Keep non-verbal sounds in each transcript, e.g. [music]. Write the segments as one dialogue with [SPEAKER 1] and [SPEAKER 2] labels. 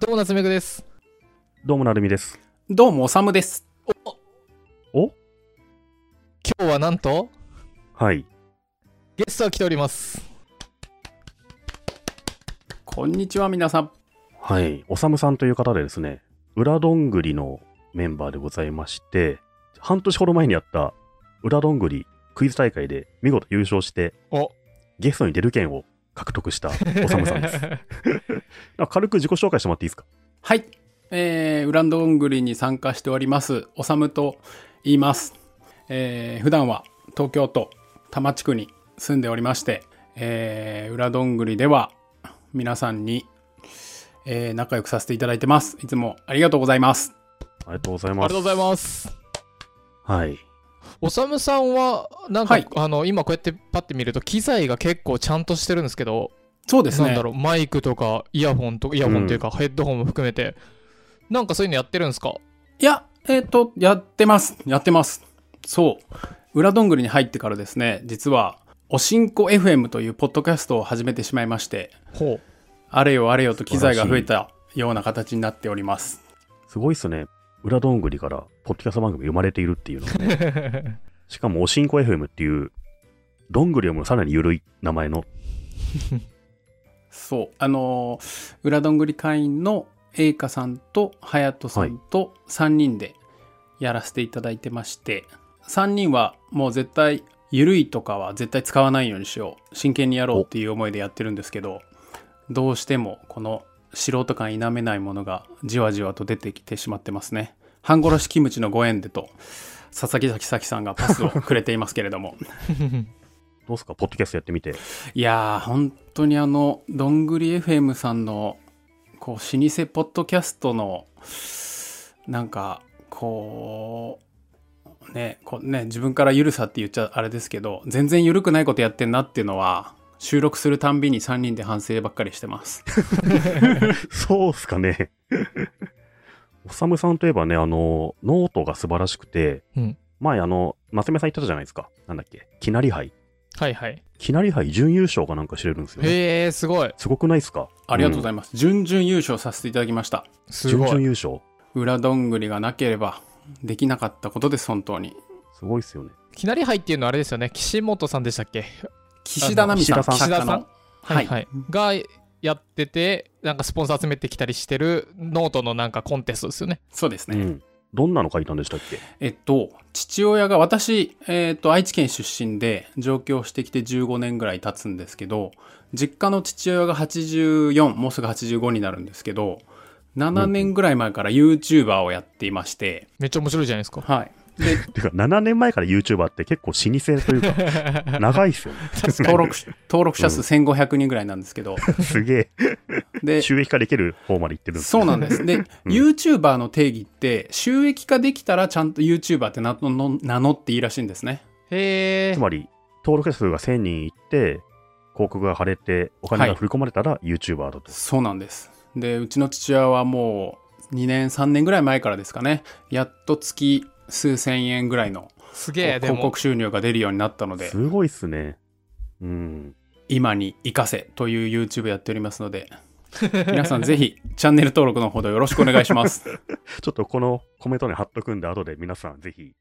[SPEAKER 1] どうも夏目くです。
[SPEAKER 2] どうもなるみです。
[SPEAKER 3] どうも、おさむです。
[SPEAKER 1] 今日はなんと
[SPEAKER 2] はい。
[SPEAKER 1] ゲストが来ております。
[SPEAKER 3] こんにちは、皆さん。
[SPEAKER 2] はい。おさむさんという方でですね、裏どんぐりのメンバーでございまして、半年ほど前にやった裏どんぐりクイズ大会で見事優勝して、
[SPEAKER 1] お。
[SPEAKER 2] ゲストに出る権を獲得したおさむさんです。
[SPEAKER 1] [laughs]
[SPEAKER 2] あ軽く自己紹介してもらっていいですか
[SPEAKER 3] はい。えー、ウランドングリに参加しております、おさむと言います。えー、普段は東京都多摩地区に住んでおりまして、えー、ウラどんぐりでは皆さんに、えー、仲良くさせていただいてます。いつもありがとうございます。
[SPEAKER 2] ありがとうござい
[SPEAKER 1] ありが
[SPEAKER 2] ます。
[SPEAKER 1] とうございます。
[SPEAKER 2] はい。
[SPEAKER 1] おさむさんは、なんか、
[SPEAKER 3] はい
[SPEAKER 1] あの、今こうやってパッて見ると、機材が結構ちゃんとしてるんですけど、
[SPEAKER 3] そうです
[SPEAKER 1] なん
[SPEAKER 3] ね
[SPEAKER 1] だ。ろう、マイクとか、イヤホンとイヤホンというか、ヘッドホンも含めて、なんかそういうのやってるんですか
[SPEAKER 3] いや、えっ、と、やってます。やってます。そう。裏どんぐりに入ってからですね、実は、おしんこ FM というポッドキャストを始めてしまいまして、
[SPEAKER 1] ほう。
[SPEAKER 3] あれよあれよと機材が増えたような形になっております。
[SPEAKER 2] すごいっすね。裏どんぐりから、ポッドキャスト番組生まれているっていうのがね。しかも、おしんこ FM っていう、どんぐりよりもさらに緩い名前の、
[SPEAKER 3] そう。あのー、裏どんぐり会員の栄華さんと隼人さんと3人でやらせていただいてまして、3人はもう絶対、ゆるいとかは絶対使わないようにしよう。真剣にやろうっていう思いでやってるんですけど、どうしてもこの素人感否めないものがじわじわと出てきてしまってますね。半殺しキムチのご縁でと、佐々木咲咲さんがパスをくれていますけれども。
[SPEAKER 2] どうすか、ポッドキャストやってみて。
[SPEAKER 3] いやー、本当にあの、どんぐり FM さんの、こう、老舗ポッドキャストの、なんか、こう、ね、こうね、自分からゆるさって言っちゃあれですけど、全然ゆるくないことやってんなっていうのは、収録するたんびに3人で反省ばっかりしてます。
[SPEAKER 2] そうっすか
[SPEAKER 3] [laughs]
[SPEAKER 2] ね。おさむさんといえばね、あの、ノートが素晴らしくて、
[SPEAKER 1] うん
[SPEAKER 2] 前、あの、夏目さん言ってたじゃないですか。なんだっけ、きなり杯。
[SPEAKER 1] [laughs] はいはい。
[SPEAKER 2] きなり杯準優勝かなんか知れるんですよ、ね。
[SPEAKER 1] へえ、すごい。
[SPEAKER 2] すごくないですか
[SPEAKER 3] ありがとうござ
[SPEAKER 2] い
[SPEAKER 3] います。準々優勝させていただきました。
[SPEAKER 1] すご
[SPEAKER 2] 準々
[SPEAKER 1] い。
[SPEAKER 2] 優勝。
[SPEAKER 3] 裏どんぐりがなければ、できなかったことです、本当に。
[SPEAKER 2] すごいっすよね。
[SPEAKER 1] きなり杯っていうのはあれですよね、岸本さんでしたっけ
[SPEAKER 3] 岸田奈美さ
[SPEAKER 2] あ
[SPEAKER 3] ん、
[SPEAKER 2] の岸
[SPEAKER 1] 田さん
[SPEAKER 3] 作家の
[SPEAKER 1] 岸はい、はい、がやっててなんかスポンサー集めてきたりしてるノートのなんかコンテストですよね
[SPEAKER 3] そうです
[SPEAKER 2] う
[SPEAKER 3] ね。
[SPEAKER 2] ん。どんなの書いたんでしたっけ
[SPEAKER 3] えっと、父親が、私、えっと、愛知県出身で、上京してきて15年ぐらい経つんですけど、実家の父親が84、もうすぐ85になるんですけど、7年ぐらい前から YouTuber をやっていまして、
[SPEAKER 1] めっちゃ面白いじゃないですか
[SPEAKER 3] はい。
[SPEAKER 2] てか、7年前から YouTuber って結構老舗というか、
[SPEAKER 3] [laughs]
[SPEAKER 2] 長いっすよね。
[SPEAKER 3] [laughs] 登録し、登録者数1500人ぐらいなんですけど、
[SPEAKER 2] [laughs] すげ
[SPEAKER 3] で
[SPEAKER 2] え、、収益化できる方まで行ってるんですね
[SPEAKER 3] そうなんです。で、YouTuber の定義って、収益化できたらちゃんと YouTuber って名の名乗っていいらしいんですね。
[SPEAKER 1] へえ
[SPEAKER 2] つまり、登録者数が1000人いって、広告が貼れて、お金が振り込まれたら YouTuber だと。、
[SPEAKER 3] そうなんです。で、うちの父親はもう2年、3年ぐらい前からですかね、やっと月数千円ぐらいの
[SPEAKER 1] すげえで
[SPEAKER 3] 広
[SPEAKER 1] も
[SPEAKER 3] 告収入が出るようになったのです
[SPEAKER 2] ごいっすね。うん。
[SPEAKER 3] 今に生かせという YouTube やっておりますので、 [laughs] 皆さんぜひチャンネル登録のほどよろしくお願いします。
[SPEAKER 2] ちょっとこのコメントに貼っとくんで、後で皆さんぜひ。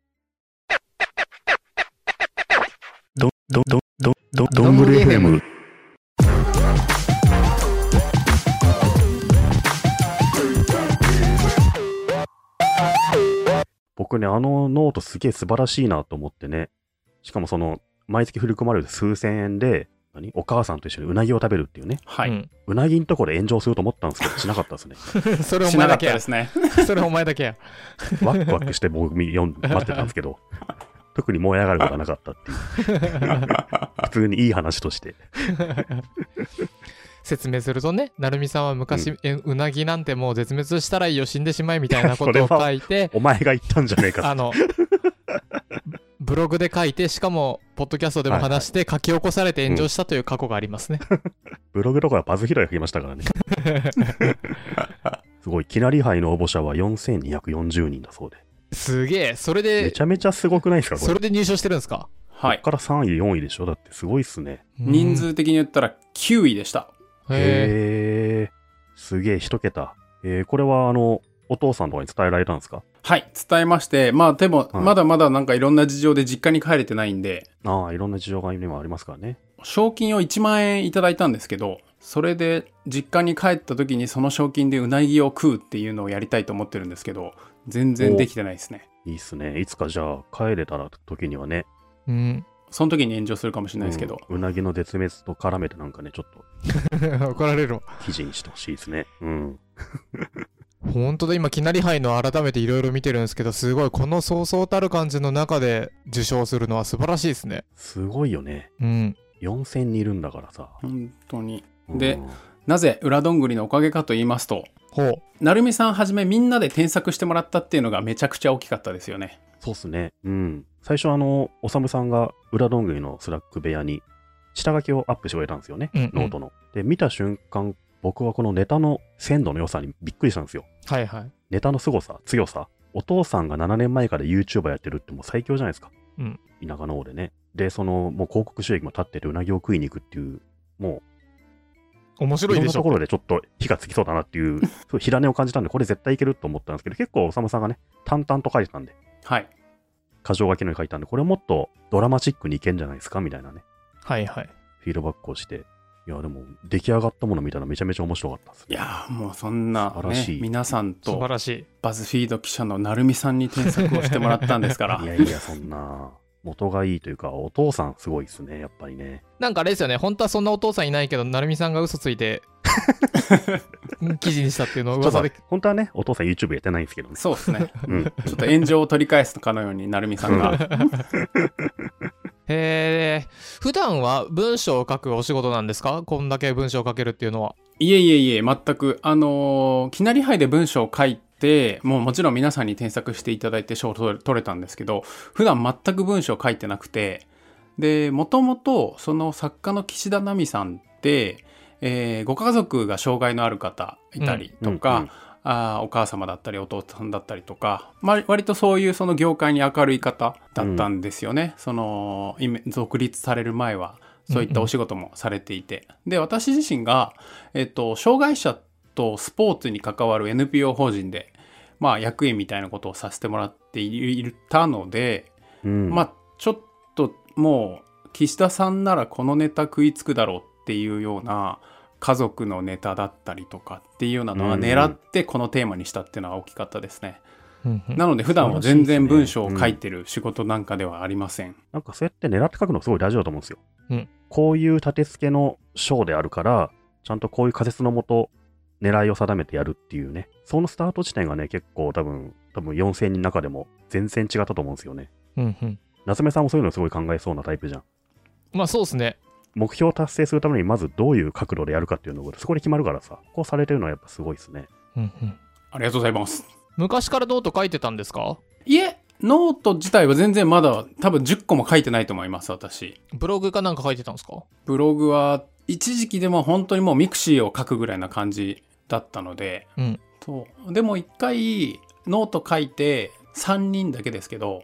[SPEAKER 2] ど、ど、ど、ど、ど、どんぐり FM。僕ね、あのノートすげえ素晴らしいなと思ってね。しかもその、毎月振り込まれる数千円で、何お母さんと一緒にうなぎを食べるっていうね。
[SPEAKER 3] はい。
[SPEAKER 2] うなぎんとこで炎上すると思ったんですけど、しなかったですね。
[SPEAKER 1] うん [laughs] それお
[SPEAKER 3] し
[SPEAKER 1] 前
[SPEAKER 3] なか
[SPEAKER 1] だ
[SPEAKER 3] っ
[SPEAKER 1] け
[SPEAKER 3] た
[SPEAKER 1] や
[SPEAKER 3] ですね。
[SPEAKER 1] [laughs] それお前だけや
[SPEAKER 2] ワクワクして僕見読んで待ってたんですけ
[SPEAKER 1] [laughs]
[SPEAKER 2] ど、特に燃え上がることがなかったっていう。普通にいい話として。
[SPEAKER 1] 説明するとね成美さんは昔、えうなぎなんてもう絶滅したらいいよ死んでしまえみたいなこ
[SPEAKER 2] い
[SPEAKER 1] とを
[SPEAKER 2] やそれは
[SPEAKER 1] 書いて
[SPEAKER 2] お前が言ったんじゃねえか
[SPEAKER 1] あのブログで書いてしかもポッドキャストでも話して書き起こされて炎上したという過去があり
[SPEAKER 3] [laughs]
[SPEAKER 1] ますね、
[SPEAKER 2] ブログとかはバズ拾いが来ましたからね。すごい、きなり杯の応募者は4240人だそうで。
[SPEAKER 1] すげえそれ
[SPEAKER 2] め
[SPEAKER 1] で
[SPEAKER 2] ちゃめちゃすごくないですかこ
[SPEAKER 1] そ
[SPEAKER 2] れ。
[SPEAKER 1] れで入賞してるんですか
[SPEAKER 3] は
[SPEAKER 2] こ
[SPEAKER 3] い。
[SPEAKER 2] こから3位、4位でしょだってすごいっすね。
[SPEAKER 3] 人数的に言ったら9位でした。
[SPEAKER 1] うんへえ
[SPEAKER 2] へー。すげえ、一桁。ええーこれはあの、お父さんとかに伝えられたんですか
[SPEAKER 3] はい、伝えまして、まあでも、
[SPEAKER 2] はい
[SPEAKER 3] まだまだなんかいろんな事情で実家に帰れてないんで、
[SPEAKER 2] ああ、いろんな事情が今ありますからね。
[SPEAKER 3] 賞金を1万円いただいたんですけど、それで実家に帰った時にその賞金でうなぎを食うっていうのをやりたいと思ってるんですけど、全然できてないですね。
[SPEAKER 2] いいっすね。いつかじゃあ、帰れたら時にはね、
[SPEAKER 1] うん。 [laughs]
[SPEAKER 3] その時に炎上するかもしれないですけど、
[SPEAKER 2] うんうなぎの絶滅と絡めてなんかね、ちょっと
[SPEAKER 1] 怒られるわ。
[SPEAKER 2] 記事にしてほしいですね。うん。
[SPEAKER 1] 本当だ、今、きなり杯の改めていろいろ見てるんですけど、すごい、このそうそうたる感じの中で受賞するのは素晴らしいですね。
[SPEAKER 2] すごいよね。
[SPEAKER 1] うん。
[SPEAKER 2] 4000人いるんだからさ。
[SPEAKER 3] 本当に。
[SPEAKER 2] うん
[SPEAKER 3] で、なぜ裏どんぐりのおかげかと言いますと、
[SPEAKER 1] ほう。
[SPEAKER 3] なるみさんはじめみんなで添削してもらったっていうのがめちゃくちゃ大きかったですよね。
[SPEAKER 2] そうっすね。うん。最初、あの、おさむさんが裏どんぐりのスラック部屋に下書きをアップしてくれたんですよね。
[SPEAKER 1] うんうん
[SPEAKER 2] ノートの。で、見た瞬間、僕はこのネタの鮮度の良さにびっくりしたんですよ。
[SPEAKER 1] はいはい。
[SPEAKER 2] ネタの凄さ、強さ。お父さんが7年前から YouTuber やってるってもう最強じゃないですか。
[SPEAKER 1] うん
[SPEAKER 2] 田舎の方でね。で、その、もう広告収益も立ってるうなぎを食いに行くっていう、も
[SPEAKER 1] 面
[SPEAKER 2] う、い
[SPEAKER 1] 白い
[SPEAKER 2] ろん
[SPEAKER 1] で
[SPEAKER 2] な
[SPEAKER 1] し
[SPEAKER 2] と
[SPEAKER 1] ょ
[SPEAKER 2] こ。ろでちょっと火がつきそうだなっていう、そう火種を感じたんで、これ絶対いけると思ったんですけど、結構、おさむさんがね、淡々と書いてたんで、
[SPEAKER 3] はい。
[SPEAKER 2] 箇条書きのように書いてたんで、これもっとドラマチックにいけんじゃないですかみたいなね、
[SPEAKER 1] はいはい。
[SPEAKER 2] フィードバックをして、いや、でも、出来上がったもの見たらめちゃめちゃ面白かったです
[SPEAKER 3] いやーもうそんな
[SPEAKER 2] 素、晴らし
[SPEAKER 3] ね
[SPEAKER 2] い、
[SPEAKER 3] 皆さん
[SPEAKER 1] 素
[SPEAKER 3] と
[SPEAKER 1] 晴らしい。
[SPEAKER 3] バズフィード記者のなるみさんに添削をしてもらったんですから
[SPEAKER 2] [laughs] いやいや、そんな、元がいいというか、お父さんすごいですね、やっぱりね。
[SPEAKER 1] なんかあれですよね、本当はそんなお父さんいないけど、成美さんが嘘つい
[SPEAKER 2] [laughs]
[SPEAKER 1] て、記事にしたっていうのを
[SPEAKER 2] ちょっ
[SPEAKER 1] 噂
[SPEAKER 2] と
[SPEAKER 1] で。
[SPEAKER 2] 本当はね、お父さん YouTube やってないんですけどね。
[SPEAKER 3] そうですね
[SPEAKER 2] うん。
[SPEAKER 3] ちょっと炎上を取り返すかのようになるみさんが
[SPEAKER 1] へえ、普段は文章を書くお仕事なんですかこんだけ文章を書けるっていうのは。
[SPEAKER 3] いえいえいえ全くあのーきなり杯で文章を書いてもうもちろん皆さんに添削していただいて賞を取れ取れたんですけど普段全く文章を書いてなくてでもともとその作家の岸田奈美さんって、えーご家族が障害のある方いたりとか、
[SPEAKER 2] うんうん
[SPEAKER 3] あーお母様だったりお父さんだったりとか、まあ、割とそういうその業界に明るい方だったんですよね、そのイメ独立される前はそういったお仕事もされていて、で私自身が、えっと障害者とスポーツに関わる NPO 法人で、まあ、役員みたいなことをさせてもらっていいたので、
[SPEAKER 2] うん
[SPEAKER 3] まあちょっともう岸田さんならこのネタ食いつくだろうっていうような家族のネタだったりとかっていうようなのは
[SPEAKER 2] うんうん
[SPEAKER 3] 狙ってこのテーマにしたっていうのは大きかったですね。
[SPEAKER 1] な
[SPEAKER 3] なので普段は
[SPEAKER 2] 素晴らしいで
[SPEAKER 3] 全
[SPEAKER 2] すね
[SPEAKER 3] 然文章を書いてる仕事なんかではありません。
[SPEAKER 2] なんかそうやって狙って書くのすごい大事だと思うんですよ。
[SPEAKER 1] うん
[SPEAKER 2] こういう立て付けの章であるから、ちゃんとこういう仮説のもと、狙いを定めてやるっていうね。そのスタート地点がね、結構多分、多分4000人の中でも全然違ったと思うんですよね。
[SPEAKER 1] うんうん
[SPEAKER 2] 夏目さんもそういうのすごい考えそうなタイプじゃん。
[SPEAKER 1] まあそうですね。
[SPEAKER 2] 目標を達成するためにまずどういう角度でやるかっていうのがそこで決まるからさ、こうされてるのはやっぱすごいですね。
[SPEAKER 1] うんうん
[SPEAKER 3] ありがとうございます。
[SPEAKER 1] 昔からノート書いてたんですか
[SPEAKER 3] いえ、ノート自体は全然まだ多分10個も書いてないと思います、私。
[SPEAKER 1] ブログかなんか書いてたんですか
[SPEAKER 3] ブログは一時期でも本当にもうミクシーを書くぐらいな感じだったので、
[SPEAKER 1] うん
[SPEAKER 3] そうでも一回ノート書いて3人だけですけど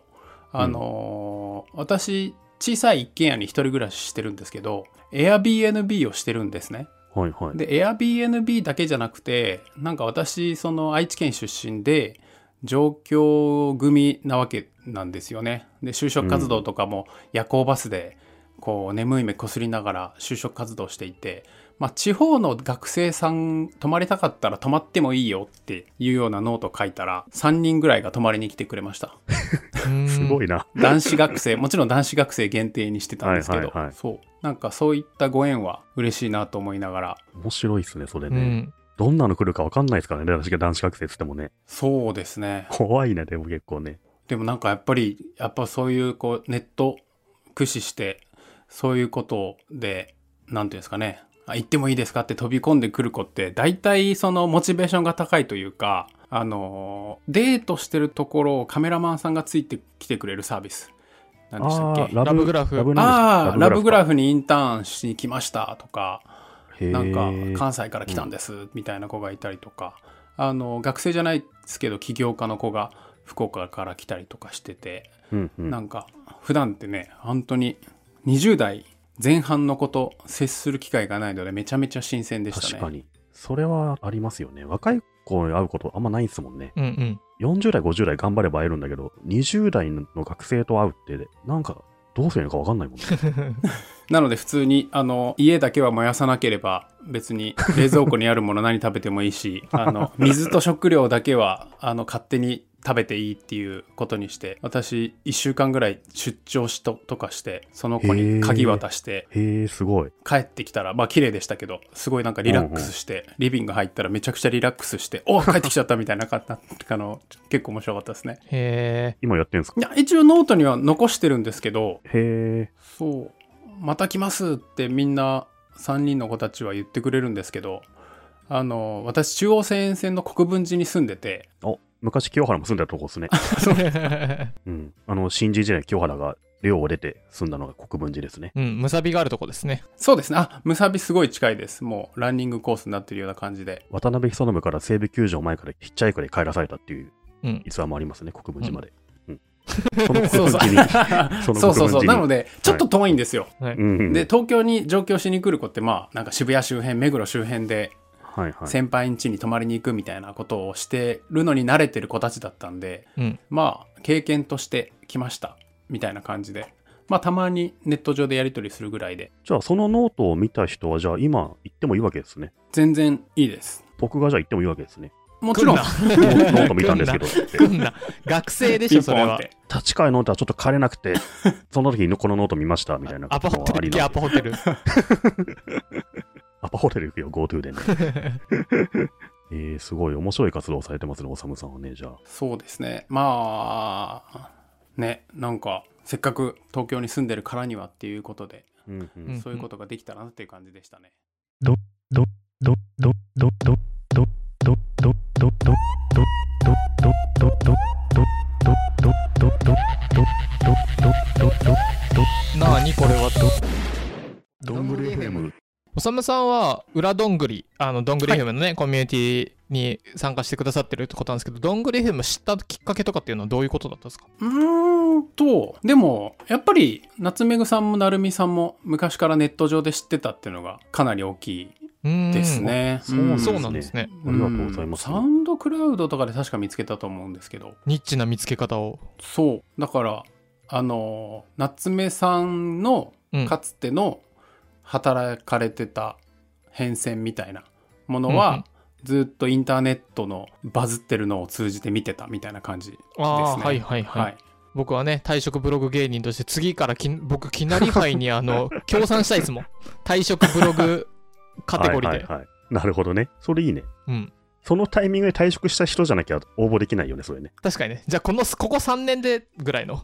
[SPEAKER 3] あのー私小さい一軒家に一人暮らししてるんですけど Airbnb をしてるんですね
[SPEAKER 2] はいはい。
[SPEAKER 3] で Airbnb だけじゃなくてなんか私その愛知県出身で上京組なわけなんですよねで就職活動とかも夜行バスでこう眠い目こすりながら就職活動していて、まあ、地方の学生さん泊まりたかったら泊まってもいいよっていうようなノート書いたら3人ぐらいが泊まりに来てくれ
[SPEAKER 2] [laughs]
[SPEAKER 3] ました
[SPEAKER 2] [laughs] すご
[SPEAKER 1] い。
[SPEAKER 2] いな。
[SPEAKER 3] 男子学生もちろん男子学生限定にしてたんですけ
[SPEAKER 2] はい
[SPEAKER 3] ど、
[SPEAKER 2] はいはい
[SPEAKER 3] そうなんかそういったご縁は嬉しいなと思いながら
[SPEAKER 2] 面白いっすね、それ
[SPEAKER 1] う
[SPEAKER 2] ね。
[SPEAKER 1] ん
[SPEAKER 2] どんなの来るかわかんないですからね、私が男子学生っつってもね。
[SPEAKER 3] そうですね
[SPEAKER 2] 怖いね、でも結構ね。
[SPEAKER 3] でもなんかやっぱり、やっぱそういうこうネット駆使して、そういうことで、なんていうんですかね、あ、行ってもいいですかって飛び込んでくる子って、大体そのモチベーションが高いというか、あのー、デートしてるところをカメラマンさんがついてきてくれるサービス。何でしたっけ
[SPEAKER 1] ラブグラフ
[SPEAKER 2] ラブ
[SPEAKER 3] ああー、ラブグラ
[SPEAKER 2] フ
[SPEAKER 3] フにインターンしに来ましたとか、
[SPEAKER 2] へー
[SPEAKER 3] なんか関西から来たんですみたいな子がいたりとか、あの学生じゃないですけど起業家の子が福岡から来たりとかしてて、
[SPEAKER 2] うんうん
[SPEAKER 3] なんか普段ってね本当に20代前半の子と接する機会がないのでめちゃめちゃ新鮮でしたね
[SPEAKER 2] 確かに。それはありますよね。若い子に会うことあんまないですもんね。
[SPEAKER 1] うんうん。 [laughs]
[SPEAKER 2] 40代、50代頑張れば会えるんだけど、20代の学生と会うって、なんかどうすればいいのかわかんない
[SPEAKER 3] [laughs]
[SPEAKER 2] もんね。
[SPEAKER 3] なので普通に、あの、家だけは燃やさなければ、別に冷蔵庫にあるもの何食べてもい
[SPEAKER 2] [laughs]
[SPEAKER 3] いし、あの、水と食料だけは、あの、勝手に食べていいっていうことにして、私、1週間ぐらい出張しと、とかして、その子に鍵渡して、
[SPEAKER 2] へえ、すごい。
[SPEAKER 3] 帰ってきたら、まあ綺麗でしたけど、すごいなんかリラックスして、リビング入ったらめちゃくちゃリラックスし
[SPEAKER 2] [laughs]
[SPEAKER 3] て、お帰ってきちゃったみたいな感じだったの、結構面白かったですね。
[SPEAKER 1] へえ。
[SPEAKER 2] 今やってるんですか
[SPEAKER 3] いや、一応ノートには残してるんですけど、
[SPEAKER 2] へえ、
[SPEAKER 3] そう、また来ますってみんな3人の子たちは言ってくれるんですけど、あの、私、中央線沿線の国分寺に住んでて、
[SPEAKER 2] お昔清原も住んでたとこ
[SPEAKER 3] [laughs]
[SPEAKER 2] ですね。うん。あの、新人時代に清原が寮を出て住んだのが国分寺ですね。
[SPEAKER 1] [laughs] うん、むさびがあるとこですね。
[SPEAKER 3] そうですね、あ、むさびすごい近いです。もう、ランニングコースになってるような感じで。
[SPEAKER 2] 渡辺久信から西武球場前からヒッチャイクで帰らされたっていう
[SPEAKER 1] うん。
[SPEAKER 2] 逸話もありますね、国分寺まで。うん。その国
[SPEAKER 3] そう
[SPEAKER 2] 分
[SPEAKER 3] そう [laughs]
[SPEAKER 2] 寺に。その
[SPEAKER 3] そ
[SPEAKER 2] 国分
[SPEAKER 3] うそう
[SPEAKER 2] 寺
[SPEAKER 3] そう。
[SPEAKER 2] に
[SPEAKER 3] なので、ちょっと遠いんですよ。
[SPEAKER 2] うんうん、
[SPEAKER 3] で、東京に上京しに来る子って、まあ、なんか渋谷周辺、目黒周辺で、
[SPEAKER 2] はいはい。
[SPEAKER 3] 先輩ん家に泊まりに行くみたいなことをしてるのに慣れてる子たちだったんで、
[SPEAKER 1] うん
[SPEAKER 3] まあ経験として来ましたみたいな感じでまあたまにネット上でやり取りするぐらいで
[SPEAKER 2] じゃあ、そのノートを見た人は、じゃあ、今行ってもいいわけですね。
[SPEAKER 3] 全然いいです
[SPEAKER 2] 僕がじゃあ行ってもいいわけですね。
[SPEAKER 3] もちろん
[SPEAKER 2] ノート見たんですけど。
[SPEAKER 1] [laughs] 来んな。学生でしょ、それは
[SPEAKER 3] ピ。ンポンって
[SPEAKER 2] 立川のノートはちょっと帰れなくて、その時にこのノート見ましたみたいな
[SPEAKER 1] アパ
[SPEAKER 2] こと
[SPEAKER 1] ホ
[SPEAKER 2] も
[SPEAKER 1] テ
[SPEAKER 2] あ
[SPEAKER 1] ル
[SPEAKER 2] り
[SPEAKER 1] 行け、ア
[SPEAKER 2] なんで
[SPEAKER 1] パホテル。
[SPEAKER 2] アパホテル行くよ、GoTo でね。えー、すごい面白い活動をされてますね、おさむさんはね、じゃあ。
[SPEAKER 3] そうですねまあねなんかせっかく東京に住んでるからにはっていうことで、
[SPEAKER 2] うんうん
[SPEAKER 1] うん
[SPEAKER 3] そういうことができたらなっていう感じでしたね
[SPEAKER 1] [laughs] なあに、これは。
[SPEAKER 2] どんぐり FM。
[SPEAKER 1] おさむさんは、裏どんぐり、あの、どんぐり FM のね、コミュニティに参加してくださってるってことなんですけど、どんぐり FM 知ったきっかけとかっていうのはどういうことだったんですか
[SPEAKER 3] うーんと、でも、やっぱり、夏目ぐさんもなるみさんも、昔からネット上で知ってたっていうのが、かなり大きいう
[SPEAKER 1] ーん。
[SPEAKER 3] です。ね。
[SPEAKER 2] そうなんです
[SPEAKER 1] そ
[SPEAKER 2] ね
[SPEAKER 1] うなんですね。
[SPEAKER 2] ありがとうございます
[SPEAKER 3] うんサウンドクラウドとかで確か見つけたと思うんですけど、
[SPEAKER 1] ニッチな見つけ方を。
[SPEAKER 3] そう。だから、あの、夏目さんの、
[SPEAKER 1] うん。
[SPEAKER 3] かつての、働かれてた変遷みたいなものは、
[SPEAKER 1] うんうん
[SPEAKER 3] ずっとインターネットのバズってるのを通じて見てたみたいな感じですね。
[SPEAKER 1] ああ、はいはいはい。
[SPEAKER 3] はい。
[SPEAKER 1] 僕はね、退職ブログ芸人として、次からき僕、きなり杯に、あ
[SPEAKER 2] [laughs]
[SPEAKER 1] の、協賛したいですもん。退職ブログカテゴリーで。
[SPEAKER 2] はいはいはい。なるほどね。それいいね。
[SPEAKER 1] うん。
[SPEAKER 2] そのタイミングで退職した人じゃなきゃ応募できないよね、それね。
[SPEAKER 1] 確かにね。じゃあ、この、ここ3年でぐらい
[SPEAKER 2] [laughs]
[SPEAKER 1] の。
[SPEAKER 2] い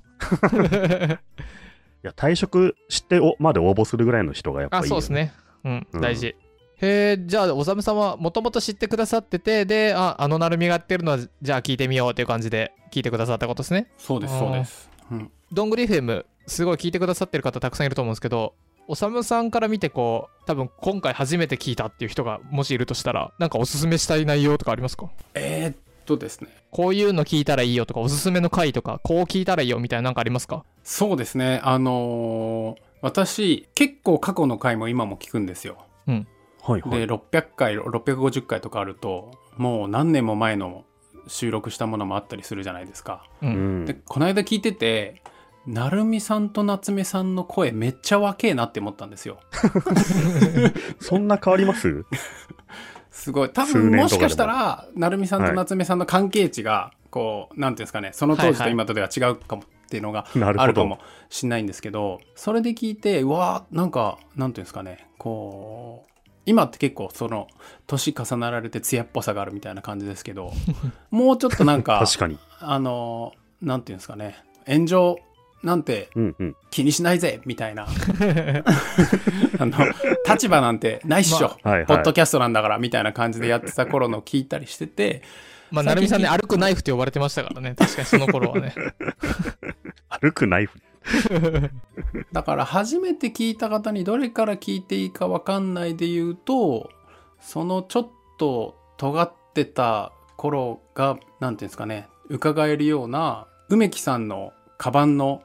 [SPEAKER 2] や、退職しておまで応募するぐらいの人がやっぱいい、
[SPEAKER 1] あ、そうです。ね。うん、
[SPEAKER 2] うん
[SPEAKER 1] 大事。へえ、じゃあ、おさむさんはもともと知ってくださってて、で、あ、あのなるみがやってるのは、じゃあ聞いてみようっていう感じで聞いてくださったことですね。
[SPEAKER 3] そうです、そうです。うん。
[SPEAKER 1] どんぐり FM、すごい聞いてくださってる方たくさんいると思うんですけど、おさむさんから見て、こう、多分今回初めて聞いたっていう人がもしいるとしたら、なんかおすすめしたい内容とかありますか
[SPEAKER 3] えーっとですね。
[SPEAKER 1] こういうの聞いたらいいよとか、おすすめの回とか、こう聞いたらいいよみたいななんかありますか
[SPEAKER 3] そうですね。あのー私、結構過去の回も今も聞くんですよ。
[SPEAKER 2] はいはい。
[SPEAKER 3] で、600回、650回とかあると、もう何年も前の収録したものもあったりするじゃないですか。
[SPEAKER 1] う。
[SPEAKER 2] うんん
[SPEAKER 3] で、この間聞いてて、なるみさんと夏目さんの声めっちゃ若えなって思ったんですよ。
[SPEAKER 2] そんな変わります [laughs]
[SPEAKER 3] すごい。多
[SPEAKER 2] 数
[SPEAKER 3] 分
[SPEAKER 2] 年
[SPEAKER 3] も
[SPEAKER 2] とかでも
[SPEAKER 3] しかしたら、なるみさんと夏目さんの関係値が、こう、なんていうんですかね、その当時と今とでは違うかもっていうのが
[SPEAKER 2] なる
[SPEAKER 3] あ
[SPEAKER 2] ほ
[SPEAKER 3] る
[SPEAKER 2] ど。
[SPEAKER 3] かもしんないんですけどそれで聞いてうわーなんかなんていうんですかねこう今って結構その年重なられて艶っぽさがあるみたいな感じです
[SPEAKER 2] [laughs]
[SPEAKER 3] けどもうちょっとなんか
[SPEAKER 2] 確かに。
[SPEAKER 3] あのなんていうんですかね炎上なんて
[SPEAKER 2] うんうん。
[SPEAKER 3] 気にしないぜみたい
[SPEAKER 2] [laughs]
[SPEAKER 3] なあの立場なんてないっしょ、
[SPEAKER 1] ま
[SPEAKER 2] はいはい。
[SPEAKER 3] ポッドキャストなんだからみたいな感じでやってた頃の聞いたりしてて
[SPEAKER 1] まあ、なるみさんね、歩くナイフって呼ばれてましたからね。確かにその頃はね。
[SPEAKER 2] 歩くナイフ。
[SPEAKER 3] だから初めて聞いた方にどれから聞いていいかわかんないで言うとそのちょっと尖ってた頃が何ていうんですかね伺えるような梅木さんのカバ
[SPEAKER 1] [laughs]
[SPEAKER 3] ンの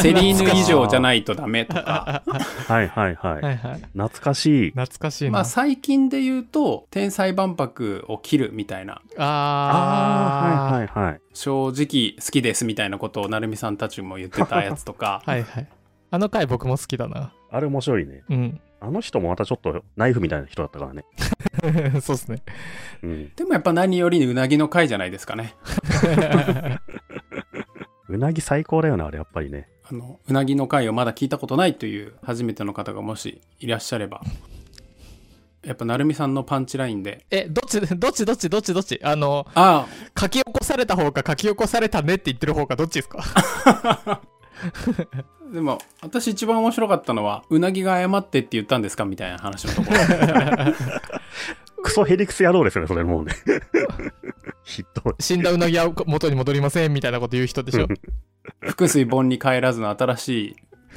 [SPEAKER 3] セリーヌ以上じゃないとダメとか、
[SPEAKER 2] はいはいはい。
[SPEAKER 1] はいはい。
[SPEAKER 2] 懐かしい。
[SPEAKER 1] 懐かしいな。
[SPEAKER 3] まあ最近で言うと、天才万博を切るみたいな、
[SPEAKER 1] あ
[SPEAKER 2] あ
[SPEAKER 1] ー、
[SPEAKER 2] あ、はいはいはい。
[SPEAKER 3] 正直好きですみたいなことをなるみさんたちも言ってたやつとか
[SPEAKER 1] [laughs] はいはい。あの回僕も好きだな。
[SPEAKER 2] あれ面白いね。
[SPEAKER 1] うん。
[SPEAKER 2] あの人もまたちょっとナイフみたいな人だったからね。
[SPEAKER 1] そうっすね。 [laughs]
[SPEAKER 2] うん。
[SPEAKER 3] でもやっぱ何よりうなぎの回じゃないですかね。
[SPEAKER 2] うなぎ最高だよな、あれやっぱりね。
[SPEAKER 3] あの、うなぎの回をまだ聞いたことないという初めての方がもしいらっしゃれば、やっぱなるみさんのパンチラインで、
[SPEAKER 1] え、どっち、どっち、どっち、どっち、どっちあの、
[SPEAKER 3] あ
[SPEAKER 1] 書き起こされた方か書き起こされたねって言ってる方かどっちです [laughs] か
[SPEAKER 3] あ、でも私一番面白かったのは、うなぎが謝ってって言ったんですかみたいな話のとこ [laughs] ろ。
[SPEAKER 2] クソヘリクス野郎ですよね、それもうね。 [laughs] ひどい。
[SPEAKER 1] 死んだうなぎは元に戻りませんみたいなこと言う人でしょ。
[SPEAKER 3] 複数本に帰らずの新しい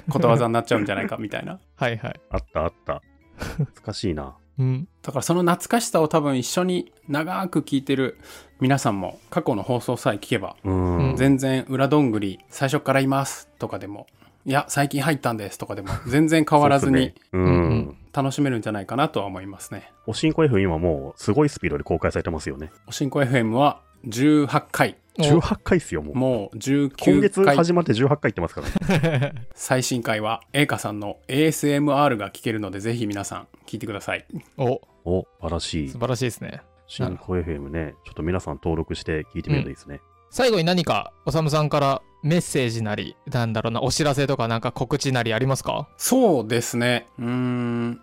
[SPEAKER 3] ことわざになっちゃうんじゃないかみたいな。
[SPEAKER 1] はいはい。
[SPEAKER 2] あったあった。懐かしいな。
[SPEAKER 1] うん。
[SPEAKER 3] だからその懐かしさを多分一緒に長く聞いてる皆さんも過去の放送さえ聞けば
[SPEAKER 2] う
[SPEAKER 1] うん
[SPEAKER 2] ん。
[SPEAKER 3] 全然裏どんぐり最初からいますとかでもいや最近入ったんですとかでも全然変わらずに
[SPEAKER 2] そうっすね。う
[SPEAKER 1] うんん。
[SPEAKER 3] 楽しめるんじゃないかなとは思いますね。
[SPEAKER 2] おしんこ F 今もうすごいスピードで公開されてますよね。
[SPEAKER 3] おしんこ FM は18回
[SPEAKER 1] お
[SPEAKER 2] 18回っすよ、もう。
[SPEAKER 3] もう
[SPEAKER 2] 今
[SPEAKER 3] 19
[SPEAKER 2] 月
[SPEAKER 3] 回
[SPEAKER 2] 始まって18回行ってますからね。
[SPEAKER 3] 最新回は栄華さんの ASMR が聞けるのでぜひ皆さん聞いてください。
[SPEAKER 1] [laughs] お、
[SPEAKER 2] お、素晴らしい
[SPEAKER 1] 素。晴らしいですね。
[SPEAKER 2] 新んこ FM ね、ちょっと皆さん登録して聞いてみるといいですね。
[SPEAKER 1] 最後に何か、おさむさんからメッセージなり、なんだろうな、お知らせとかなんか告知なりありますか
[SPEAKER 3] そうですね。うーん。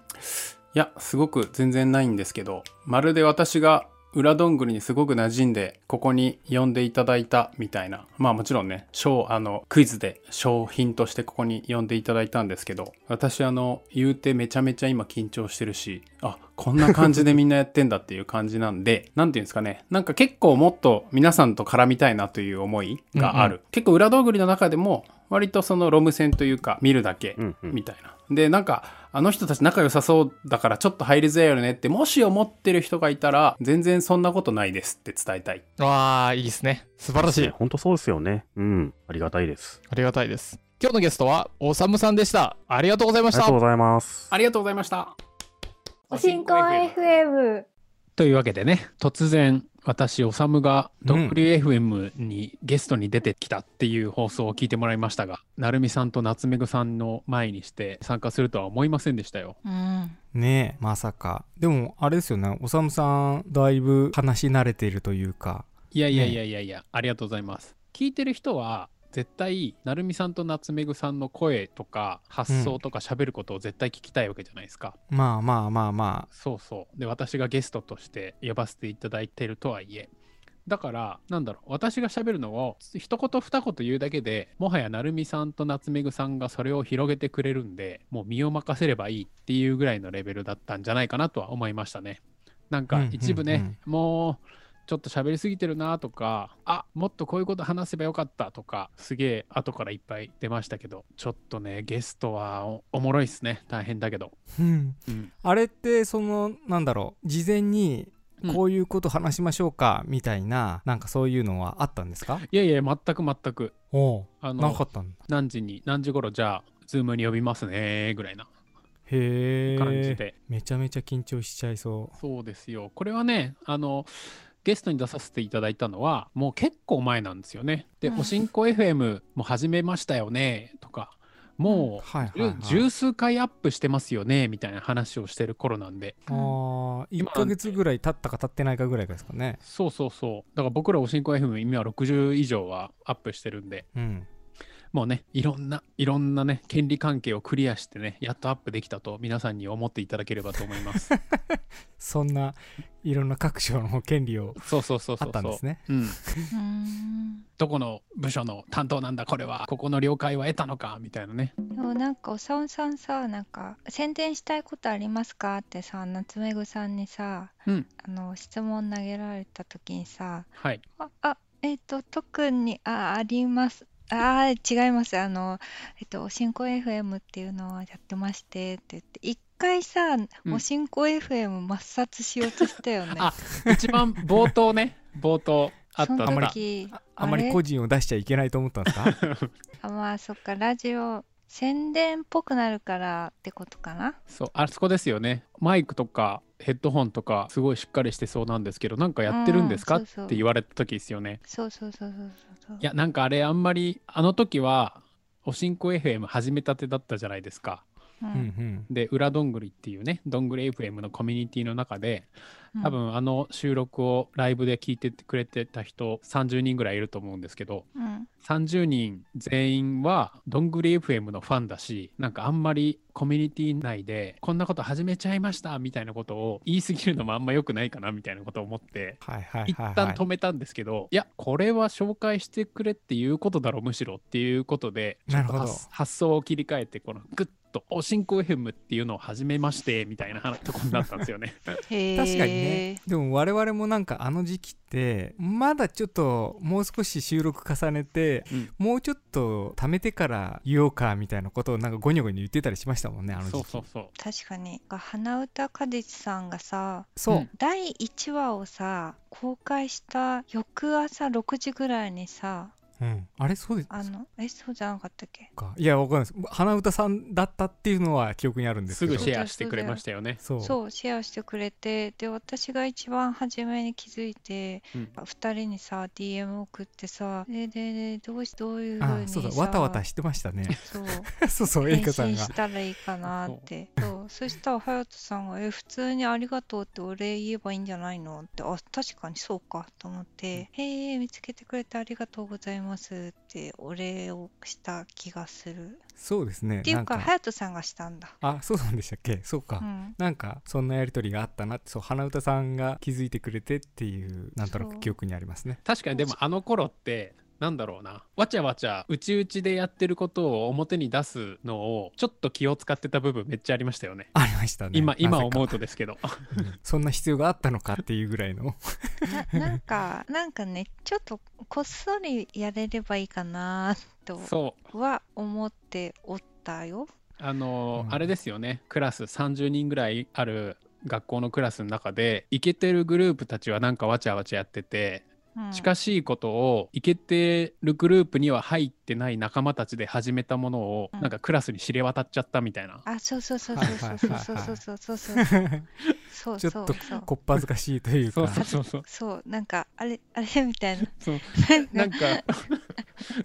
[SPEAKER 3] いや、すごく全然ないんですけど、まるで私が裏どんぐりにすごく馴染んで、ここに呼んでいただいたみたいな。まあもちろんね、賞、あの、クイズで賞品としてここに呼んでいただいたんですけど、私あの、言うてめちゃめちゃ今緊張してるし、あ、こんな感じでみんなやってんだっていう感じなんで、 [laughs] なんていうんですかね、なんか結構もっと皆さんと絡みたいなという思いがある。
[SPEAKER 1] う
[SPEAKER 3] 結構裏どんぐりの中でも、割とそのロム線というか、見るだけ
[SPEAKER 2] うんうん
[SPEAKER 3] みたいな。で、なんか、あの人たち仲良さそうだからちょっと入りづらいよねって、もし思ってる人がいたら、全然そんなことないですって伝えたい。
[SPEAKER 1] わあ、いいですね。素晴らし
[SPEAKER 2] ね
[SPEAKER 1] い。
[SPEAKER 2] 本当そうですよね。うん。ありがたいです。
[SPEAKER 1] ありがたいです。今日のゲストは、おさむさんでした。ありがとうございま
[SPEAKER 2] あ
[SPEAKER 1] し
[SPEAKER 2] りが
[SPEAKER 1] た
[SPEAKER 2] とう。ございます。
[SPEAKER 3] ありがとうございました。
[SPEAKER 4] おしんこ FM。
[SPEAKER 5] というわけでね突然私おさむが WFM にゲストに出てきたっていう放送を聞いてもらいましたが、なるみさんと夏目ぐさんの前にして参加するとは思いませんでしたよ。
[SPEAKER 6] うん、ねえまさかでもあれですよねおさむさんだいぶ話し慣れているというか
[SPEAKER 5] いやいやいやいやいや、ありがとうございます。聞いてる人は絶対なるみさんと夏目ぐさんの声とか発想とか喋ることを絶対聞きたいわけじゃないですか。
[SPEAKER 6] まあまあまあま
[SPEAKER 5] そうそう。で、私がゲストとして呼ばせていただいてるとはいえ。だから、なんだろう、私が喋るのを一言二言言うだけでもはや成美さんと夏目ぐさんがそれを広げてくれるんで、もう身を任せればいいっていうぐらいのレベルだったんじゃないかなとは思いましたね。なん
[SPEAKER 6] うんう
[SPEAKER 5] か
[SPEAKER 6] んうん
[SPEAKER 5] 一部ね、もうちょっと喋りすぎてるなとか、あもっとこういうこと話せばよかったとか、すげえ後からいっぱい出ましたけど、ちょっとね、ゲストはおおもろいっすね。大変だけど。
[SPEAKER 6] あ、うん、
[SPEAKER 5] うん
[SPEAKER 6] あれってそのなんだろう事前に
[SPEAKER 5] うん
[SPEAKER 6] こういうこと話しましょうかみたいな、なんかそういうのはあったんですか
[SPEAKER 5] いやいや、全く全く。
[SPEAKER 6] おう
[SPEAKER 5] あ
[SPEAKER 6] な
[SPEAKER 5] の
[SPEAKER 6] かったんだ
[SPEAKER 5] 何時に、何時頃じゃあ、ズームに呼びますね、ぐらいな
[SPEAKER 6] へ
[SPEAKER 5] 感じ
[SPEAKER 6] え
[SPEAKER 5] で。
[SPEAKER 6] めちゃめちゃ緊張しちゃいそ
[SPEAKER 5] そうですよ。これはね、あの、ゲストに出させていただいたのは、もう結構前なんですよね。で、
[SPEAKER 4] うん
[SPEAKER 5] おしんこ FM も始めましたよね、とか、
[SPEAKER 6] う
[SPEAKER 5] もう、
[SPEAKER 6] はいはい、はい、
[SPEAKER 5] 十数回アップしてますよね、みたいな話をしてる頃なんで、
[SPEAKER 6] あー1ヶ月ぐらい経ったか経ってないかぐらいですかね
[SPEAKER 5] そうそうそう。だから僕らおしんこ FM 今60以上はアップしてるんで、
[SPEAKER 6] うん
[SPEAKER 5] もうね、いろんな、いろんなね、権利関係をクリアしてね、やっとアップできたと皆さんに思っていただければと思います。
[SPEAKER 6] そんないろんな各所の権利を
[SPEAKER 5] そうそうそうそうそう。
[SPEAKER 6] あったんですね
[SPEAKER 5] うん。
[SPEAKER 4] うん
[SPEAKER 5] どこの部署の担当なんだ、これは、ここの了解は得たのか、みたいなね。
[SPEAKER 4] でもなんかおさんさんさなんか宣伝したいことありますかってさ夏目ぐさんにさ、
[SPEAKER 5] うん
[SPEAKER 4] あの質問投げられた時にさ
[SPEAKER 5] はい。
[SPEAKER 4] ああえっ、と特にあありますあー違いますあのえっ、とおしんこ FM っていうのはやってましてって言って一回さ、
[SPEAKER 5] ん
[SPEAKER 4] おしんこ FM 抹殺しようとしたよね [laughs]
[SPEAKER 5] あ一番冒頭ね、冒頭。
[SPEAKER 3] あった
[SPEAKER 4] そ
[SPEAKER 3] あ
[SPEAKER 4] の
[SPEAKER 3] った。
[SPEAKER 4] 時
[SPEAKER 6] ああまり個人を出しちゃいけないと思ったんですか
[SPEAKER 4] あまあそっかラジオ宣伝っぽくなるからってことかな
[SPEAKER 3] そうあそこですよねマイクとかヘッドホンとかすごいしっかりしてそうなんですけどなんかやってるんですか
[SPEAKER 4] うんそうそう
[SPEAKER 3] って言われた時ですよね
[SPEAKER 4] そうそうそうそうそう
[SPEAKER 3] いやなんかあれあんまりあの時はおしんこ FM 始めたてだったじゃないですか
[SPEAKER 4] そう、う
[SPEAKER 6] うんうん
[SPEAKER 3] で裏どんぐりっていうねどんぐり FM のコミュニティの中で
[SPEAKER 4] うん
[SPEAKER 3] 多分あの収録をライブで聞いてくれてた人30人ぐらいいると思うんですけど
[SPEAKER 4] うん
[SPEAKER 3] 30人全員はどんぐり FM のファンだしなんかあんまりコミュニティ内でこんなこと始めちゃいましたみたいなことを言い過ぎるのもあんま良くないかなみたいなことを思って
[SPEAKER 6] はいはいはい、
[SPEAKER 3] 一
[SPEAKER 6] はい、
[SPEAKER 3] 旦止めたんですけど、いやこれは紹介してくれっていうことだろむしろっていうことで
[SPEAKER 6] なるほど
[SPEAKER 3] 発発想を切り替えてこのグッと「お進行 FM」っていうのを始めましてみたいなとこになったんですよね。
[SPEAKER 4] へ
[SPEAKER 6] 確かに
[SPEAKER 4] え、
[SPEAKER 6] ねでも我々もなんかあの時期ってまだちょっともう少し収録重ねて、
[SPEAKER 3] うん
[SPEAKER 6] もうちょっと貯めてから言おうかみたいなことをなんかゴニョゴニョ言ってたりしましたもんねあの時期
[SPEAKER 3] そうそうそう
[SPEAKER 4] 確かに花歌果実さんがさ
[SPEAKER 6] そう
[SPEAKER 3] うん
[SPEAKER 4] 第1話をさ公開した翌朝6時ぐらいにさ
[SPEAKER 6] うんあれそうです
[SPEAKER 4] あのえそうじゃなかったっけ
[SPEAKER 6] かいやわかんないです花歌さんだったっていうのは記憶にあるんです
[SPEAKER 3] す
[SPEAKER 6] け
[SPEAKER 3] ぐ
[SPEAKER 6] ど
[SPEAKER 3] シェアしてくれましたよね。
[SPEAKER 6] そう
[SPEAKER 4] そうシェアしてくれてで私が一番初めに気づいて、
[SPEAKER 3] うん
[SPEAKER 4] 2人にさ DM 送ってさでででどうしどういうふ
[SPEAKER 6] あ
[SPEAKER 4] うに
[SPEAKER 6] そうだ
[SPEAKER 4] さ
[SPEAKER 6] わたわたしてました
[SPEAKER 4] [laughs]
[SPEAKER 6] ね
[SPEAKER 4] そう
[SPEAKER 6] そうそうエイ
[SPEAKER 4] 返
[SPEAKER 6] カさん
[SPEAKER 4] 信
[SPEAKER 6] が
[SPEAKER 4] したらいいかなってそうそしたら隼人さんが「え普通にありがとうってお礼言えばいいんじゃないの?」って「あ確かにそうか」と思って「へえ見つけてくれてありがとうございます」ってお礼をした気がする
[SPEAKER 6] そうですね
[SPEAKER 4] ってい
[SPEAKER 6] な
[SPEAKER 4] うんか
[SPEAKER 6] か
[SPEAKER 4] 隼人さんがしたんだ
[SPEAKER 6] あそうなんでしたっけそうか、
[SPEAKER 4] うん
[SPEAKER 6] なんかそんなやりとりがあったなってそう花歌さんが気づいてくれてっていうなんとな
[SPEAKER 4] そ
[SPEAKER 6] く
[SPEAKER 4] う
[SPEAKER 6] 記憶にありますね
[SPEAKER 3] 確かにでもあの頃ってなんだろうなわちゃわちゃうちうちでやってることを表に出すのをちょっと気を使ってた部分めっちゃありましたよね
[SPEAKER 6] ありましたね
[SPEAKER 3] 今今思う
[SPEAKER 6] と
[SPEAKER 3] とですけ
[SPEAKER 6] [laughs]
[SPEAKER 3] ど
[SPEAKER 6] うんそんな必要があったのかっていうぐらいの
[SPEAKER 4] ななんかなんかねちょっとこっそりやれればいいかなと
[SPEAKER 3] そう
[SPEAKER 4] は思っておったよ。
[SPEAKER 3] あのー
[SPEAKER 6] うん
[SPEAKER 3] あれですよねクラス30人ぐらいある学校のクラスの中でイケてるグループたちはなんかわちゃわちゃやってて
[SPEAKER 4] うん、
[SPEAKER 3] 近しいことをイケてるグループには入ってない仲間たちで始めたものを
[SPEAKER 4] うん
[SPEAKER 3] なんかクラスに知れ渡っちゃったみたいな
[SPEAKER 4] あそうそうそう
[SPEAKER 6] はい
[SPEAKER 4] そうそうそうそうそうそうそうそうそう
[SPEAKER 6] [laughs] ちょ
[SPEAKER 4] そ
[SPEAKER 6] っ
[SPEAKER 4] うそう
[SPEAKER 6] とこっぱずかしいというか
[SPEAKER 3] そうそうそうそう
[SPEAKER 4] そうなんかあれ [laughs] あれみ
[SPEAKER 6] [laughs]
[SPEAKER 4] たいな
[SPEAKER 3] そう
[SPEAKER 4] な
[SPEAKER 3] なんん
[SPEAKER 4] か
[SPEAKER 3] か、 [laughs]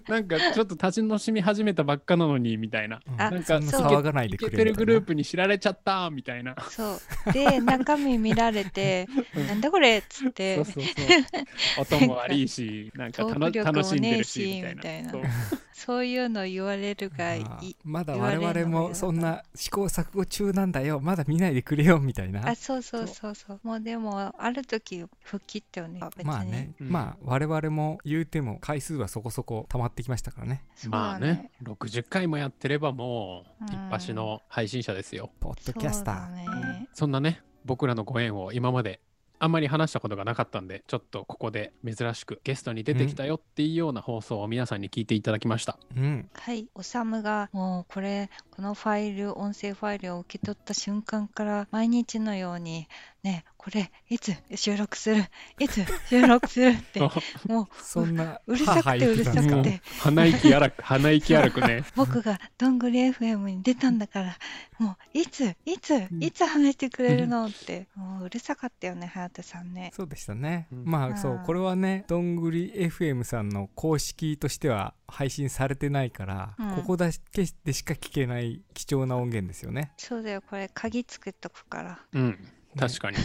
[SPEAKER 3] なんかちょっと立ちのしみ始めたばっかなのにみたいな。
[SPEAKER 6] うん
[SPEAKER 4] あ
[SPEAKER 6] なんかそんな
[SPEAKER 4] そう
[SPEAKER 6] 騒がないで
[SPEAKER 3] イ
[SPEAKER 6] く
[SPEAKER 3] ケ
[SPEAKER 6] れ
[SPEAKER 3] てる
[SPEAKER 6] みた
[SPEAKER 3] グ
[SPEAKER 6] い
[SPEAKER 3] ル
[SPEAKER 6] な
[SPEAKER 3] ープに知られちゃったみたいな。
[SPEAKER 4] そうで中身見られて「なんだこれ」っつって
[SPEAKER 3] そうそうそう。音も悪い [laughs] し、なんか
[SPEAKER 4] トーク
[SPEAKER 3] 楽
[SPEAKER 4] 力も
[SPEAKER 3] 楽しんでる
[SPEAKER 4] ねえ
[SPEAKER 3] し
[SPEAKER 4] し
[SPEAKER 3] みたいな。
[SPEAKER 4] み
[SPEAKER 3] そ
[SPEAKER 4] たいうなそういうの言われるがい
[SPEAKER 6] あー
[SPEAKER 4] い
[SPEAKER 6] まだ
[SPEAKER 4] 言われ
[SPEAKER 6] 我
[SPEAKER 4] るのが
[SPEAKER 6] 々もそんな試行錯誤中なんだよまだ見ないでくれよみたいな
[SPEAKER 4] あそうそうそうそうもうでもある時吹っ切ったよね別に
[SPEAKER 6] まあね、
[SPEAKER 3] うん
[SPEAKER 6] まあ我々も言うても回数はそこそこ溜まってきましたからね
[SPEAKER 4] そう
[SPEAKER 3] まあ
[SPEAKER 4] だ
[SPEAKER 3] ね、60回もやってればも
[SPEAKER 4] うん
[SPEAKER 3] う一発の配信者ですよ。
[SPEAKER 6] ポッドキャスター、
[SPEAKER 4] そうだね
[SPEAKER 3] そんなね、僕らのご縁を今まであんまり話したことがなかったんで、ちょっとここで珍しくゲストに出てきたよっていうような放送を皆さんに聞いていただきま [laughs] した。
[SPEAKER 6] うん
[SPEAKER 4] はい、おさむがもうこれこのファイル音声ファイルを受け取った瞬間から毎日のようにねこれいつ収録するいつ収録するって
[SPEAKER 6] [laughs]
[SPEAKER 4] も
[SPEAKER 6] そんな
[SPEAKER 4] [laughs] ううるさくてうるさ
[SPEAKER 3] も
[SPEAKER 4] く
[SPEAKER 3] う
[SPEAKER 4] て
[SPEAKER 3] 鼻息荒く、鼻息荒くね。
[SPEAKER 4] 僕がどんぐり FM に出たんだからもういついついつ話してくれるのってもううるさかったよね早田さんね。
[SPEAKER 6] そうでしたね、
[SPEAKER 3] うん
[SPEAKER 6] ま
[SPEAKER 4] うん
[SPEAKER 6] あそうこれはねどんぐり FM さんの公式としては配信されてないから、
[SPEAKER 4] うん
[SPEAKER 6] ここだけでしか聞けない貴重な音源ですよ
[SPEAKER 4] [laughs]
[SPEAKER 6] ね [laughs]
[SPEAKER 4] そうだよこれ鍵つけとくから。
[SPEAKER 3] うん、確かに。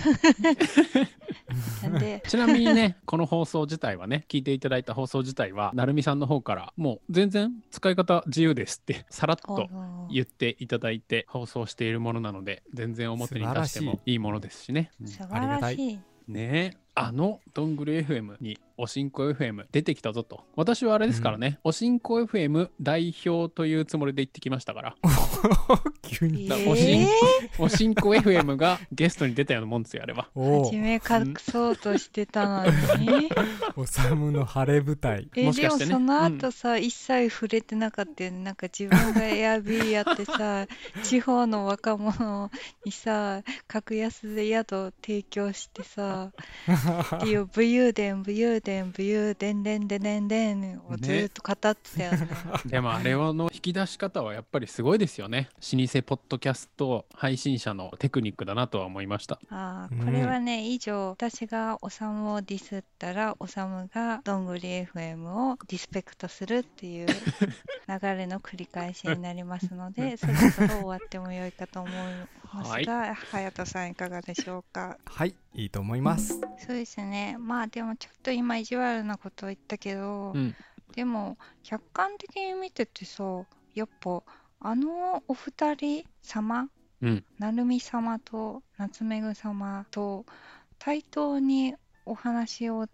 [SPEAKER 4] なんで
[SPEAKER 3] ちなみにね、 [laughs] この放送自体はね、聞いていただいた放送自体は、なるみさんの方から、もう全然使い方自由ですって、 [laughs] さらっ
[SPEAKER 4] おう
[SPEAKER 3] と言っていただいて、放送しているものなので、全然表に出して
[SPEAKER 6] 素晴ら
[SPEAKER 3] も
[SPEAKER 6] し
[SPEAKER 3] いいものですしね。
[SPEAKER 4] 素
[SPEAKER 6] ありが
[SPEAKER 4] 晴ら
[SPEAKER 6] た
[SPEAKER 4] し
[SPEAKER 6] い
[SPEAKER 4] い。
[SPEAKER 3] ねえ、あの、どんぐり FM に、おしんこ FM 出てきたぞと。私はあれですからね、おしんこ [laughs] FM 代表というつもりで行ってきましたから。
[SPEAKER 6] 急に。
[SPEAKER 3] だ
[SPEAKER 4] え
[SPEAKER 3] おしん
[SPEAKER 4] ー
[SPEAKER 3] おしんこ FM がゲストに出たようなもんですよ、あれは。
[SPEAKER 6] お
[SPEAKER 4] 初め隠そうとしてたのに。
[SPEAKER 6] お、おさむの晴れ舞台。
[SPEAKER 4] え
[SPEAKER 3] もし
[SPEAKER 4] で
[SPEAKER 3] かし
[SPEAKER 4] も
[SPEAKER 3] てね
[SPEAKER 4] そ
[SPEAKER 3] う
[SPEAKER 4] の後
[SPEAKER 3] ん
[SPEAKER 4] さ、一切触れてなかったよねなんか自分が Airbnb やっ
[SPEAKER 3] [laughs]
[SPEAKER 4] てさ地方の若者にさ格安で宿を提供し
[SPEAKER 3] [laughs]
[SPEAKER 4] てさっていう武勇伝武勇伝武勇伝でんでんでんでんをずーっと語ってた
[SPEAKER 3] [laughs]
[SPEAKER 4] よね
[SPEAKER 3] でもあれはの引き出し方はやっぱりすごいですよね。老舗ポッドキャスト配信者のテクニックだなとは思いました。
[SPEAKER 4] ああ
[SPEAKER 6] うん
[SPEAKER 4] これはね以上私がおさむをディスったらおさむがどんぐり FM をディスペクトするっていう流れの繰り返しになりますのでそろそろ終わってもよいかと思いますが隼人さんいかがでしょうか
[SPEAKER 6] はい、いいと思います。
[SPEAKER 4] そうですねまあでもちょっと今意地悪なことを言ったけど、
[SPEAKER 3] うん
[SPEAKER 4] でも客観的に見ててさやっぱあのお二人様、
[SPEAKER 3] うん
[SPEAKER 4] なるみ様と夏目ぐ様と対等にお話を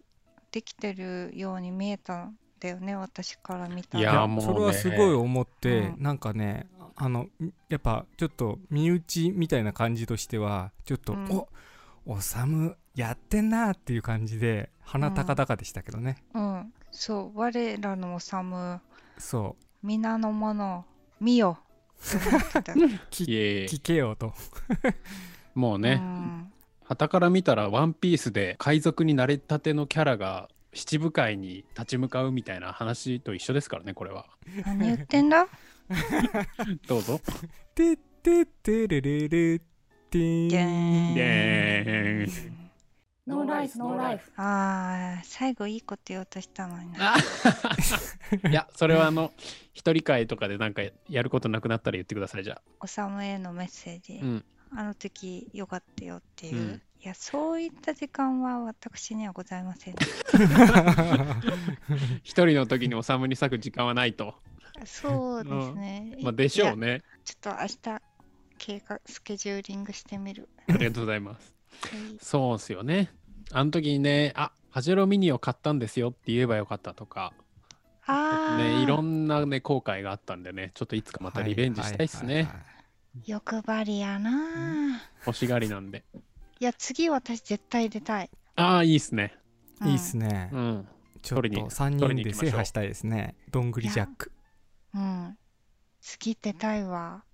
[SPEAKER 4] できてるように見えたんだよね私から見たら
[SPEAKER 3] いやーもうね
[SPEAKER 6] それはすごい思って、
[SPEAKER 4] うん
[SPEAKER 6] なんかねあのやっぱちょっと身内みたいな感じとしてはちょっと、
[SPEAKER 4] うん
[SPEAKER 6] おおさむやってんなっていう感じで鼻高々でしたけどね、
[SPEAKER 4] うんそう我らのおさむ
[SPEAKER 6] そ
[SPEAKER 4] 皆の者
[SPEAKER 3] [laughs]
[SPEAKER 4] 見よって思ってた
[SPEAKER 6] うき
[SPEAKER 3] いえいえ
[SPEAKER 6] 聞けよと
[SPEAKER 3] もう
[SPEAKER 4] う
[SPEAKER 3] ね、
[SPEAKER 4] ん
[SPEAKER 3] 傍から見たらワンピースで海賊になれたてのキャラが七部会に立ち向かうみたいな話と一緒ですからねこれは [laughs]
[SPEAKER 4] 何言ってんだ
[SPEAKER 3] どうぞ
[SPEAKER 6] 「てってってれれれってーん
[SPEAKER 4] でーん
[SPEAKER 3] でー
[SPEAKER 7] ノーライフ、ノーライフ。
[SPEAKER 4] あー最後いいこと言おうとしたのにな。
[SPEAKER 3] あ [laughs] いやそれはあの一人会とかでなんかやることなくなったら言ってくださいじゃあ
[SPEAKER 4] おさむへのメッセージ、
[SPEAKER 3] うん
[SPEAKER 4] あの時よかったよっていう、
[SPEAKER 3] うん
[SPEAKER 4] いやそういった時間は私にはござい
[SPEAKER 3] [laughs]
[SPEAKER 4] ません
[SPEAKER 3] 一人の時におさむに咲く時間はないと
[SPEAKER 4] そうですね、
[SPEAKER 3] まあでしょう
[SPEAKER 4] いや
[SPEAKER 3] ね
[SPEAKER 4] ちょっと明日計画スケジューリングしてみる、
[SPEAKER 3] ありがとうございます
[SPEAKER 4] はい
[SPEAKER 3] そうっすよねあの時にねあパジェロミニを買ったんですよって言えばよかったとか
[SPEAKER 4] あー
[SPEAKER 3] ねいろんなね後悔があったんでねちょっといつかまたリベンジしたいっす
[SPEAKER 6] は
[SPEAKER 3] ね
[SPEAKER 6] は
[SPEAKER 4] 欲張りやなあ
[SPEAKER 3] 欲しがりなんで
[SPEAKER 4] いや次私絶対出たい、
[SPEAKER 3] ああいいっすね
[SPEAKER 4] う
[SPEAKER 6] い
[SPEAKER 4] ん
[SPEAKER 6] はいっすね、
[SPEAKER 3] うん
[SPEAKER 6] ちょっと
[SPEAKER 3] 取りに
[SPEAKER 6] 3
[SPEAKER 3] 取
[SPEAKER 6] 人
[SPEAKER 3] りに
[SPEAKER 6] で
[SPEAKER 3] 行きましょう
[SPEAKER 6] 制覇したいですねどんぐりジャック
[SPEAKER 4] うん次出たいわ